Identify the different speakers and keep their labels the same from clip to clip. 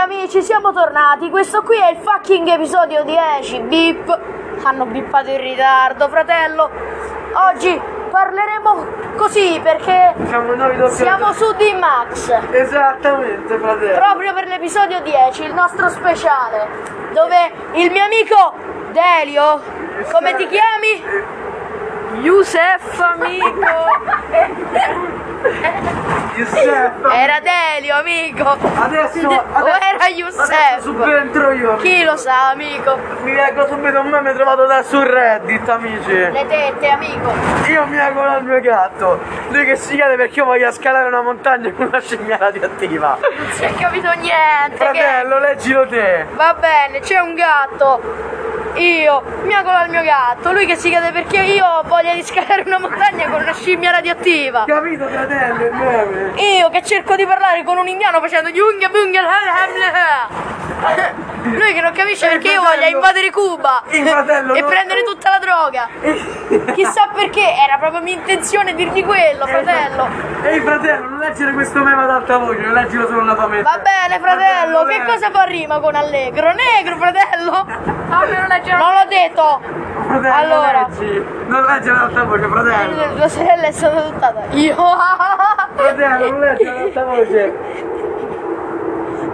Speaker 1: amici, siamo tornati. Questo qui è il fucking episodio 10. Bip. Hanno bippato in ritardo, fratello. Oggi parleremo così perché
Speaker 2: Siamo noi doppiati.
Speaker 1: siamo su D-Max.
Speaker 2: Esattamente, fratello.
Speaker 1: Proprio per l'episodio 10, il nostro speciale. Dove il mio amico Delio. Come ti chiami?
Speaker 3: Yusef amico!
Speaker 2: Giuseppe.
Speaker 1: Era Delio, amico. De-
Speaker 2: Adesso, adesso,
Speaker 1: o eh. oh, era
Speaker 2: Adesso
Speaker 1: Giuseppe?
Speaker 2: subentro io.
Speaker 1: Chi lo sa, amico?
Speaker 2: Mi leggo subito un meme trovato da su Reddit, amici.
Speaker 1: Le tette, amico.
Speaker 2: Io mi auguro al mio gatto. Lui che si chiede perché io voglio scalare una montagna con una scimmia radioattiva.
Speaker 1: Non si è capito niente. che-
Speaker 2: Fratello, leggilo te.
Speaker 1: Va bene, c'è un gatto. Io mi auguro al mio gatto. Lui che si chiede perché io ho voglia di scalare una montagna con una scimmia radioattiva.
Speaker 2: Capito, fratello, il meme.
Speaker 1: Io che cerco di parlare con un indiano facendo yunga bunga la la la la. Lui che non capisce
Speaker 2: Eh,
Speaker 1: perché io
Speaker 2: fratello.
Speaker 1: voglia invadere Cuba
Speaker 2: Eh, fratello,
Speaker 1: e
Speaker 2: no.
Speaker 1: prendere tutta la droga. Chissà perché, era proprio mia intenzione dirgli
Speaker 2: Eh,
Speaker 1: quello, fratello.
Speaker 2: Ehi fratello, non leggere questo meme ad alta voce, non leggilo solo alla tua mente.
Speaker 1: Va bene, fratello,
Speaker 2: va
Speaker 1: che
Speaker 2: bene.
Speaker 1: cosa fa rima con allegro? Negro, fratello.
Speaker 2: Ah,
Speaker 3: Fammelo leggere
Speaker 1: Non l'ho detto.
Speaker 2: Fratello,
Speaker 1: Allora.
Speaker 2: leggi. Non leggere ad alta voce, fratello.
Speaker 1: La sorella è stata adottata. Io.
Speaker 2: Fratello, non leggere ad alta voce.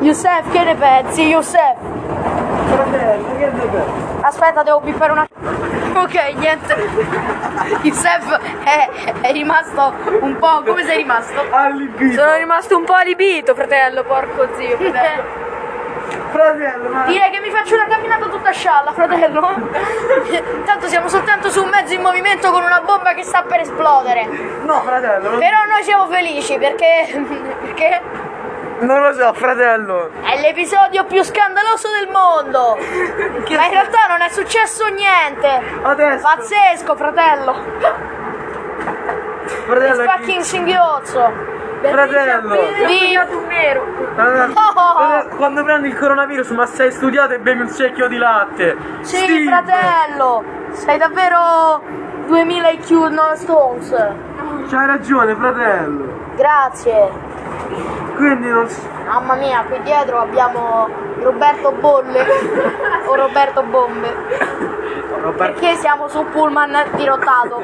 Speaker 1: Youssef, che ne pensi, Youssef?
Speaker 2: Fratello, che deve?
Speaker 1: Aspetta, devo bippare una. Ok, niente. Youssef è, è rimasto un po'. Come sei rimasto? Cioè,
Speaker 2: Allibito.
Speaker 3: Sono rimasto un po' alibito, fratello, porco zio, fratello.
Speaker 2: Fratello, ma...
Speaker 1: Direi che mi faccio una camminata tutta scialla, fratello. Tanto siamo soltanto su un mezzo in movimento con una bomba che sta per esplodere.
Speaker 2: No, fratello. non-
Speaker 1: Però noi siamo felici perché. perché
Speaker 2: Non lo so, fratello.
Speaker 1: È l'episodio più scandaloso del mondo! Ma in realtà non è successo niente!
Speaker 2: Adesso.
Speaker 1: Pazzesco, fratello!
Speaker 2: Fratello,
Speaker 1: Fucking singhiozzo!
Speaker 2: fratello.
Speaker 1: Di...
Speaker 3: un nero.
Speaker 2: Fratello,
Speaker 1: Oh.
Speaker 2: Quando prendi il coronavirus, ma sei studiato e bevi un secchio di latte.
Speaker 1: Sì,
Speaker 2: Steve.
Speaker 1: fratello! Sei davvero 2000 IQ non stones!
Speaker 2: C'hai ragione, fratello.
Speaker 1: Grazie!
Speaker 2: Quindi non si...
Speaker 1: Mamma mia, qui dietro abbiamo Roberto Bolle o Roberto Bombe.
Speaker 2: Roberto.
Speaker 1: Perché siamo su un pullman dirottato?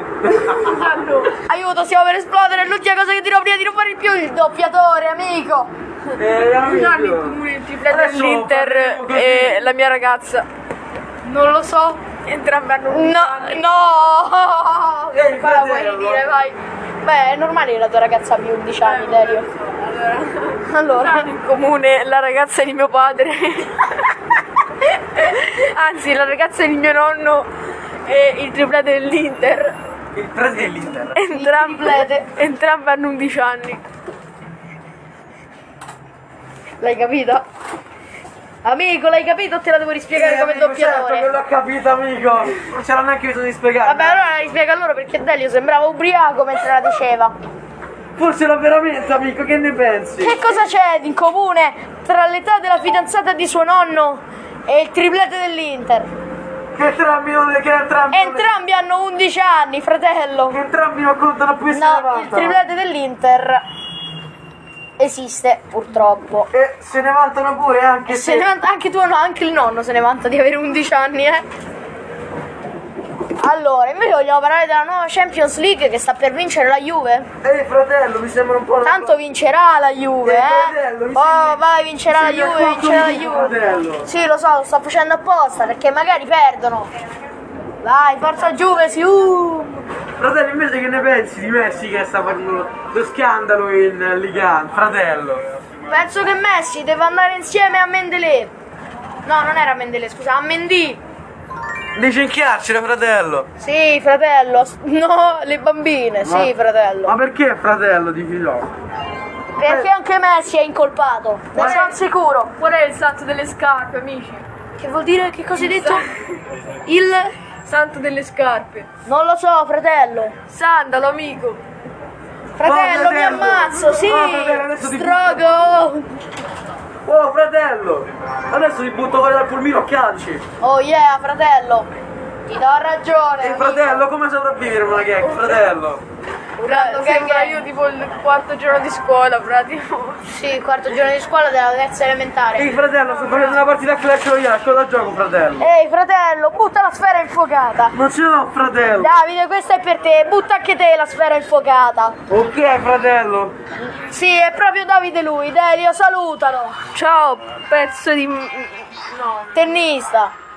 Speaker 1: Aiuto, stiamo per esplodere, l'ultima cosa che dirò prima di non fare il più il doppiatore, amico!
Speaker 2: Eh,
Speaker 3: Non hanno in
Speaker 2: amico.
Speaker 3: comune il tifo
Speaker 2: Adesso
Speaker 3: dell'Inter
Speaker 2: parliamo così.
Speaker 3: e la mia ragazza.
Speaker 1: Non lo so.
Speaker 3: Entrambi hanno un
Speaker 1: No, no!
Speaker 2: Ehi,
Speaker 1: Cosa
Speaker 2: fratello.
Speaker 1: vuoi dire, vai? Beh, è normale che la tua ragazza abbia 11 anni,
Speaker 2: Eh,
Speaker 1: Delio. Allora,
Speaker 3: hanno in comune la ragazza di mio padre. Anzi, la ragazza di mio nonno e il triplete dell'Inter.
Speaker 2: Il prete dell'Inter.
Speaker 3: Entrambi,
Speaker 1: triplete.
Speaker 3: entrambi hanno 11 anni.
Speaker 1: l'hai capita? Amico, l'hai capito? Te la devo rispiegare
Speaker 2: Eh,
Speaker 1: come
Speaker 2: amico, Certo, non
Speaker 1: doppiatore.
Speaker 2: l'ho capito, amico. Non c'era neanche bisogno di spiegare.
Speaker 1: Vabbè, allora la rispiega loro perché Delio sembrava ubriaco mentre la diceva.
Speaker 2: Forse era veramente, amico, che ne pensi?
Speaker 1: Che cosa c'è in comune tra l'età della fidanzata di suo nonno e il triplete dell'Inter?
Speaker 2: Che entrambi non che entrambi non-
Speaker 1: Entrambi hanno 11 anni, fratello.
Speaker 2: che entrambi non contano più se ne
Speaker 1: No, il
Speaker 2: vantano.
Speaker 1: triplete dell'Inter esiste purtroppo.
Speaker 2: E se ne vantano pure anche
Speaker 1: E se ne vanta- anche tu no, anche il nonno se ne vanta di avere 11 anni, eh. Allora, invece vogliamo parlare della nuova Champions League che sta per vincere la Juve.
Speaker 2: Ehi fratello, mi sembra un po' una-
Speaker 1: Tanto vincerà la Juve,
Speaker 2: Eh,
Speaker 1: eh.
Speaker 2: fratello, mi
Speaker 1: Oh,
Speaker 2: sembra-
Speaker 1: vai, vincerà la
Speaker 2: mi sembra
Speaker 1: Juve,
Speaker 2: il
Speaker 1: vincerà la
Speaker 2: coccodrillo,
Speaker 1: Juve.
Speaker 2: fratello.
Speaker 1: Sì, lo so, lo sto facendo apposta perché magari perdono. Vai, forza Juve, si uh.
Speaker 2: Fratello, invece che ne pensi di Messi che sta facendo lo, lo scandalo in eh, Liga? Fratello.
Speaker 1: Penso che Messi deve andare insieme a Mendelé. No, non era Mendelé, scusa, a Mendy.
Speaker 2: Dice in carcere, fratello.
Speaker 1: Sì, fratello. s- No, le bambine, sì, fratello.
Speaker 2: Ma perché fratello dici no?
Speaker 1: Perché anche Messi è incolpato. Ne
Speaker 2: Ma-
Speaker 1: sono sicuro.
Speaker 3: Qual è il santo delle scarpe, amici?
Speaker 1: Che vuol dire che cosa hai detto? Il
Speaker 3: Santo delle scarpe.
Speaker 1: Non lo so, fratello.
Speaker 3: Sandalo, amico.
Speaker 1: Fratello, mi
Speaker 2: fratello.
Speaker 1: ammazzo, sì.
Speaker 2: Oh, fratello, adesso ti-
Speaker 1: Strogo.
Speaker 2: Oh fratello! Adesso ti butto fuori dal pulmino a calci!
Speaker 1: Oh yeah, fratello. Ti do ragione. Eh,
Speaker 2: E fratello, come sopravvivere a una gag, fratello?
Speaker 1: Urlando gang
Speaker 3: sembra
Speaker 1: gang.
Speaker 3: io tipo il quarto giorno di scuola, pratico.
Speaker 1: Sì, quarto giorno di scuola della terza elementare.
Speaker 2: Ehi fratello, sto facendo una partita a Clash Royale, a cosa gioco fratello?
Speaker 1: Ehi fratello, butta la sfera infuocata.
Speaker 2: Non ce l'ho fratello!
Speaker 1: Davide, questa è per te, butta anche te la sfera infuocata.
Speaker 2: Ok fratello!
Speaker 1: Sì, è proprio Davide lui, Delio, salutalo.
Speaker 3: Ciao, pezzo di. m-
Speaker 1: Tennista.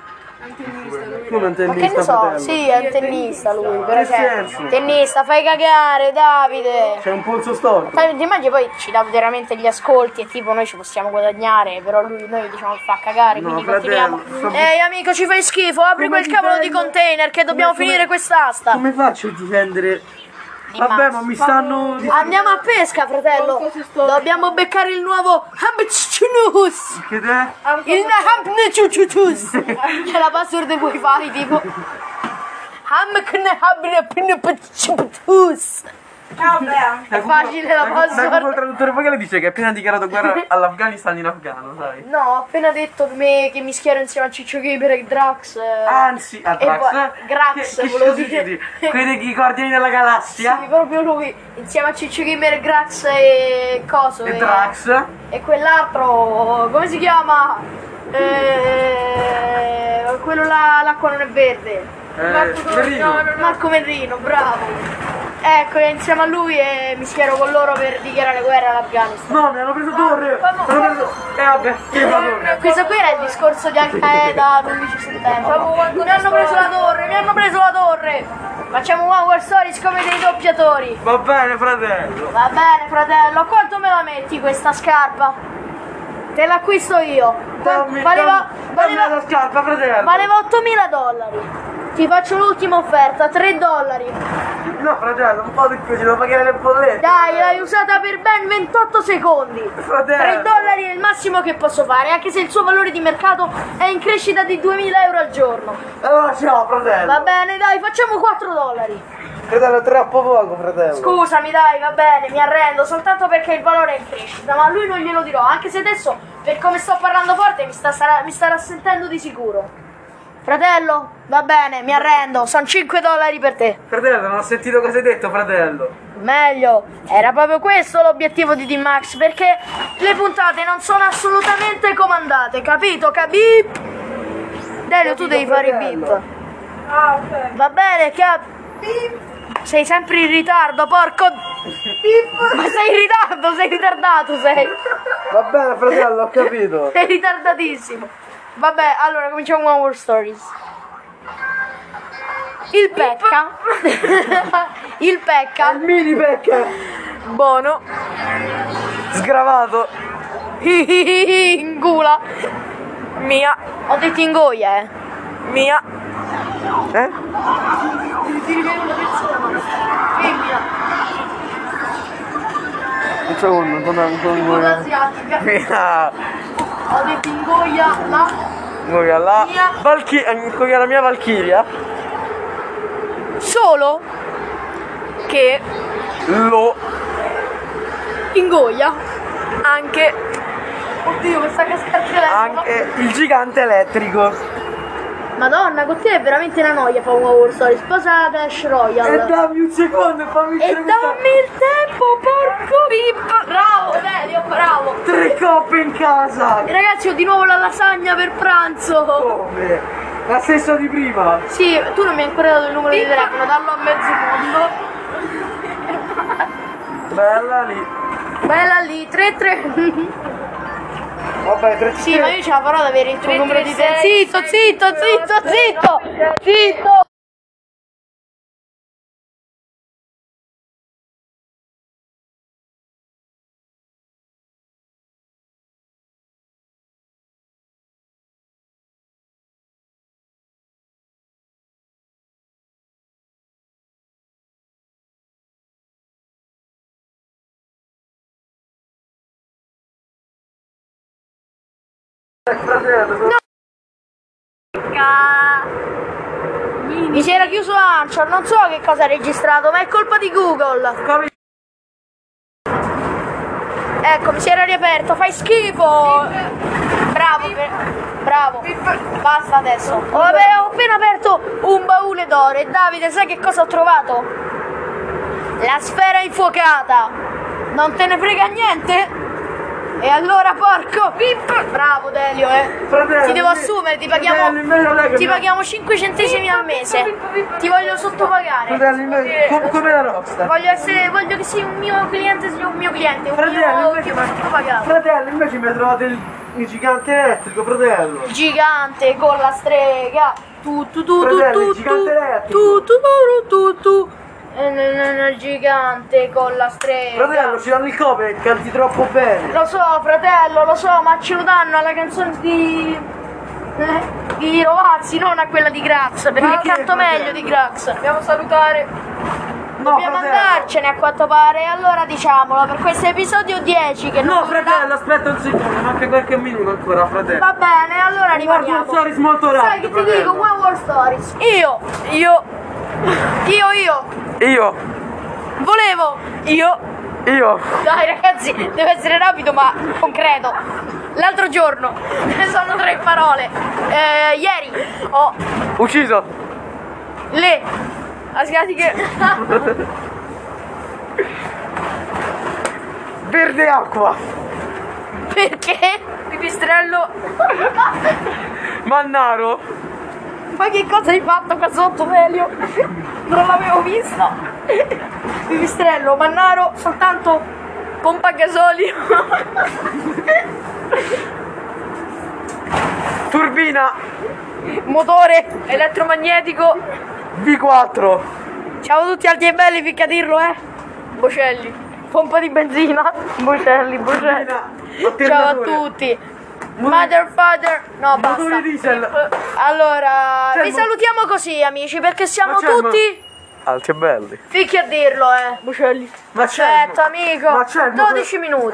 Speaker 2: Come
Speaker 1: Ma che
Speaker 2: un tennista
Speaker 1: ne so,
Speaker 2: fratello?
Speaker 1: sì, è un tennista lui, però
Speaker 2: Che
Speaker 1: cioè,
Speaker 2: senso?
Speaker 1: Tennista, fai cagare, Davide.
Speaker 2: C'è un polso storto.
Speaker 1: Sai, Ti immagini poi ci dà veramente gli ascolti e tipo noi ci possiamo guadagnare, però lui noi diciamo fa cagare,
Speaker 2: No,
Speaker 1: quindi
Speaker 2: fratello,
Speaker 1: continuiamo.
Speaker 2: sto-
Speaker 1: Ehi amico, ci fai schifo, apri
Speaker 2: Come
Speaker 1: quel cavolo di
Speaker 2: difendo-
Speaker 1: container che dobbiamo
Speaker 2: come-
Speaker 1: finire quest'asta.
Speaker 2: Come faccio a difendere?
Speaker 1: Di
Speaker 2: Vabbè,
Speaker 1: Max. Ah.
Speaker 2: ma mi stanno.
Speaker 1: Andiamo a pesca, fratello. Dobbiamo beccare il nuovo Habchuchunus.
Speaker 2: Che
Speaker 1: Ah,
Speaker 2: te?
Speaker 1: Il Habchuchunus. C'è la password del wifi, tipo. Hamknehabnepnepchuchunus. È facile la
Speaker 2: Il
Speaker 1: password.
Speaker 2: traduttore vocale dice che ha appena dichiarato guerra all'Afghanistan in afghano, sai?
Speaker 1: No, ho appena detto che, me- che mi schiero insieme a Ciccio Gamer e Drax. eh.
Speaker 2: Anzi, a
Speaker 1: E poi-
Speaker 2: Drax. eh?
Speaker 1: Grax,
Speaker 2: Che- che
Speaker 1: volevo
Speaker 2: scusi,
Speaker 1: dire.
Speaker 2: di- Quelli che i guardiani della
Speaker 1: Sì,
Speaker 2: galassia.
Speaker 1: proprio lui. Insieme a Ciccio Gamer, e Grax e. Coso.
Speaker 2: E
Speaker 1: e-
Speaker 2: Drax. eh,
Speaker 1: E quell'altro, come si chiama? Eh, quello là, l'acqua non è verde.
Speaker 2: Eh,
Speaker 1: Marco-
Speaker 2: Merino.
Speaker 1: no, no, Marco Merrino, bravo. Ecco, e insieme a lui e mi schiero con loro per dichiarare guerra all'Afghanistan.
Speaker 2: No, mi hanno preso
Speaker 1: Ah,
Speaker 2: torre!
Speaker 1: Fanno-
Speaker 2: Mi hanno preso. Eh vabbè, che pallone!
Speaker 1: Questo qui era il discorso di Al-Qaeda l'11 settembre. Mi hanno preso la torre, mi hanno preso la torre. Facciamo One War Stories come dei doppiatori.
Speaker 2: Va bene, fratello!
Speaker 1: Va bene, fratello, quanto me la metti questa scarpa? Te l'acquisto io. Tan-
Speaker 2: Dammi,
Speaker 1: valeva,
Speaker 2: dammi,
Speaker 1: valeva-
Speaker 2: dammi la scarpa, fratello!
Speaker 1: valeva 8.000 dollari. Ti faccio l'ultima offerta, 3 dollari.
Speaker 2: No, fratello, un po' di più, ci devo pagare le bollette!
Speaker 1: Dai, l'hai usata per ben 28 secondi. 3
Speaker 2: Fratello!
Speaker 1: dollari è il massimo che posso fare, anche se il suo valore di mercato è in crescita di 2.000 euro al giorno.
Speaker 2: Allora ciao, fratello!
Speaker 1: Va bene, dai, facciamo 4 dollari.
Speaker 2: Fratello, è troppo poco, fratello!
Speaker 1: Scusami, dai, va bene, mi arrendo soltanto perché il valore è in crescita, ma a lui non glielo dirò, anche se adesso, per come sto parlando forte, mi, sta, sarà, mi starà sentendo di sicuro. Fratello, va bene, mi arrendo, sono 5 dollari per te.
Speaker 2: Fratello, non ho sentito cosa hai detto, fratello!
Speaker 1: Meglio, era proprio questo l'obiettivo di D-Max, perché le puntate non sono assolutamente comandate, capito? Capip? Delio, tu devi fare i
Speaker 2: fratello.
Speaker 1: beep. Va bene, cap... Sei sempre in ritardo, porco... Ma sei in ritardo, sei ritardato, sei...
Speaker 2: Va bene, fratello, ho capito!
Speaker 1: Sei ritardatissimo. Vabbè, allora cominciamo One World Stories. Il Pecca. Il Pecca.
Speaker 2: Mini pecca!
Speaker 3: Bono.
Speaker 2: Sgravato!
Speaker 1: in gola.
Speaker 3: Mia.
Speaker 1: Ho detto in goia, eh.
Speaker 3: Mia.
Speaker 2: Eh? Un secondo, Diciamo, non tornavo con
Speaker 1: asiatica.
Speaker 2: Mia!
Speaker 1: Ho detto in goia la
Speaker 2: Muoia là!
Speaker 1: Mia.
Speaker 2: Valchiria, la mia Valchiria!
Speaker 1: solo
Speaker 3: Che.
Speaker 2: Lo!
Speaker 1: in goia.
Speaker 3: Anche.
Speaker 1: Oddio, mi sta cascando il telefono.
Speaker 2: Anche il gigante elettrico!
Speaker 1: Madonna, con te è veramente una noia fa un War Story. Sposa Clash
Speaker 2: E
Speaker 1: Royale.
Speaker 2: dammi un secondo e fammi
Speaker 1: E
Speaker 2: finire questa-
Speaker 1: dammi il tempo, porco pip! Bravo, Velio, bravo!
Speaker 2: Tre coppe in casa!
Speaker 1: Ragazzi, ho di nuovo la lasagna per pranzo!
Speaker 2: Come? La stessa di prima!
Speaker 1: Sì, tu non mi hai ancora dato il numero di telefono, dallo a mezzo mondo.
Speaker 2: Bella lì!
Speaker 1: Bella lì, 33.
Speaker 2: Vabbè, tre
Speaker 1: Sì, ma io ce la farò ad avere il tuo numero di telefono.
Speaker 3: 336,
Speaker 1: Zitto, zitto, zitto, zitto! Zitto!
Speaker 2: eh,
Speaker 1: Mi si era chiuso Anchor, non so che cosa ha registrato, ma è colpa di Google.
Speaker 2: Come-
Speaker 1: Ecco, mi si era riaperto, fai schifo! Bravo, per- bravo. Basta adesso. Oh, Vabbè, ho appena aperto un baule d'oro e Davide, sai che cosa ho trovato? La sfera è infuocata. Non te ne frega niente? E allora porco pip! Bravo Delio, eh.
Speaker 2: Fratello,
Speaker 1: ti devo
Speaker 2: mi-
Speaker 1: assumere, ti paghiamo
Speaker 2: fratello, invece non è che
Speaker 1: ti
Speaker 2: mi-
Speaker 1: paghiamo 5 centesimi al mese. Ti voglio sottopagare.
Speaker 2: Fratello, invece, com- come la rockstar.
Speaker 1: Voglio essere voglio che sei un mio cliente, sei un mio cliente, un
Speaker 2: Fratello,
Speaker 1: mio
Speaker 2: invece,
Speaker 1: tipo sottopagato.
Speaker 2: fratello, invece mi hai trovato il, il gigante elettrico, fratello.
Speaker 1: Gigante con la strega. Tu tu tu tu
Speaker 2: Fratello,
Speaker 1: tu
Speaker 2: il gigante
Speaker 1: tu
Speaker 2: elettrico.
Speaker 1: tu tu tu tu tu Eh, no, no, no, gigante con la strega.
Speaker 2: Fratello, ci danno il cover, canti troppo bene.
Speaker 1: Lo so, fratello, lo so, ma ce lo danno alla canzone di. eh, di Rovazzi, non a quella di Grazia, perché
Speaker 2: Ma che,
Speaker 1: canto
Speaker 2: fratello?
Speaker 1: meglio di Grazia.
Speaker 3: Dobbiamo salutare.
Speaker 2: No,
Speaker 1: Dobbiamo
Speaker 2: fratello.
Speaker 1: andarcene a quanto pare, allora diciamolo, per questo episodio 10 che
Speaker 2: No,
Speaker 1: non
Speaker 2: fratello, aspetta un secondo, manca qualche minuto ancora, fratello.
Speaker 1: Va bene, allora
Speaker 2: Guarda un
Speaker 1: rimaniamo.
Speaker 2: stories molto rapido,
Speaker 1: Sai che ti
Speaker 2: fratello.
Speaker 1: dico, One World Stories.
Speaker 3: Io, io,
Speaker 1: Io, io,
Speaker 2: Io,
Speaker 1: volevo.
Speaker 3: io.
Speaker 2: io.
Speaker 1: Dai ragazzi, deve essere rapido ma concreto. L'altro giorno, sono tre parole. Eh, ieri ho
Speaker 2: Ucciso.
Speaker 1: le
Speaker 3: Asiatiche.
Speaker 2: Verde acqua.
Speaker 1: perché?
Speaker 3: Pipistrello.
Speaker 2: Mannaro.
Speaker 1: Ma che cosa hai fatto qua sotto, Melio? Non l'avevo vista. Pipistrello, Mannaro, soltanto
Speaker 3: Pompa gasolio.
Speaker 2: Turbina.
Speaker 1: motore.
Speaker 3: Elettromagnetico.
Speaker 2: V4.
Speaker 1: Ciao a tutti alti e belli, ficca a dirlo, eh.
Speaker 3: Bocelli.
Speaker 1: Pompa di benzina. Bocelli, bocelli. Ciao a
Speaker 2: Ciao
Speaker 1: tutti. Mother, father. No, basta.
Speaker 2: Motore diesel.
Speaker 1: Allora,
Speaker 2: C'è
Speaker 1: vi
Speaker 2: il mo-
Speaker 1: salutiamo così, amici, perché siamo
Speaker 2: Ma c'è il mo-
Speaker 1: tutti
Speaker 2: Alti e belli.
Speaker 1: ficchi a dirlo, eh. Bocelli.
Speaker 2: Ma certo. c'è il mo-
Speaker 1: Certo, Aspetta, amico.
Speaker 2: Ma c'è il mo-
Speaker 1: 12 minuti.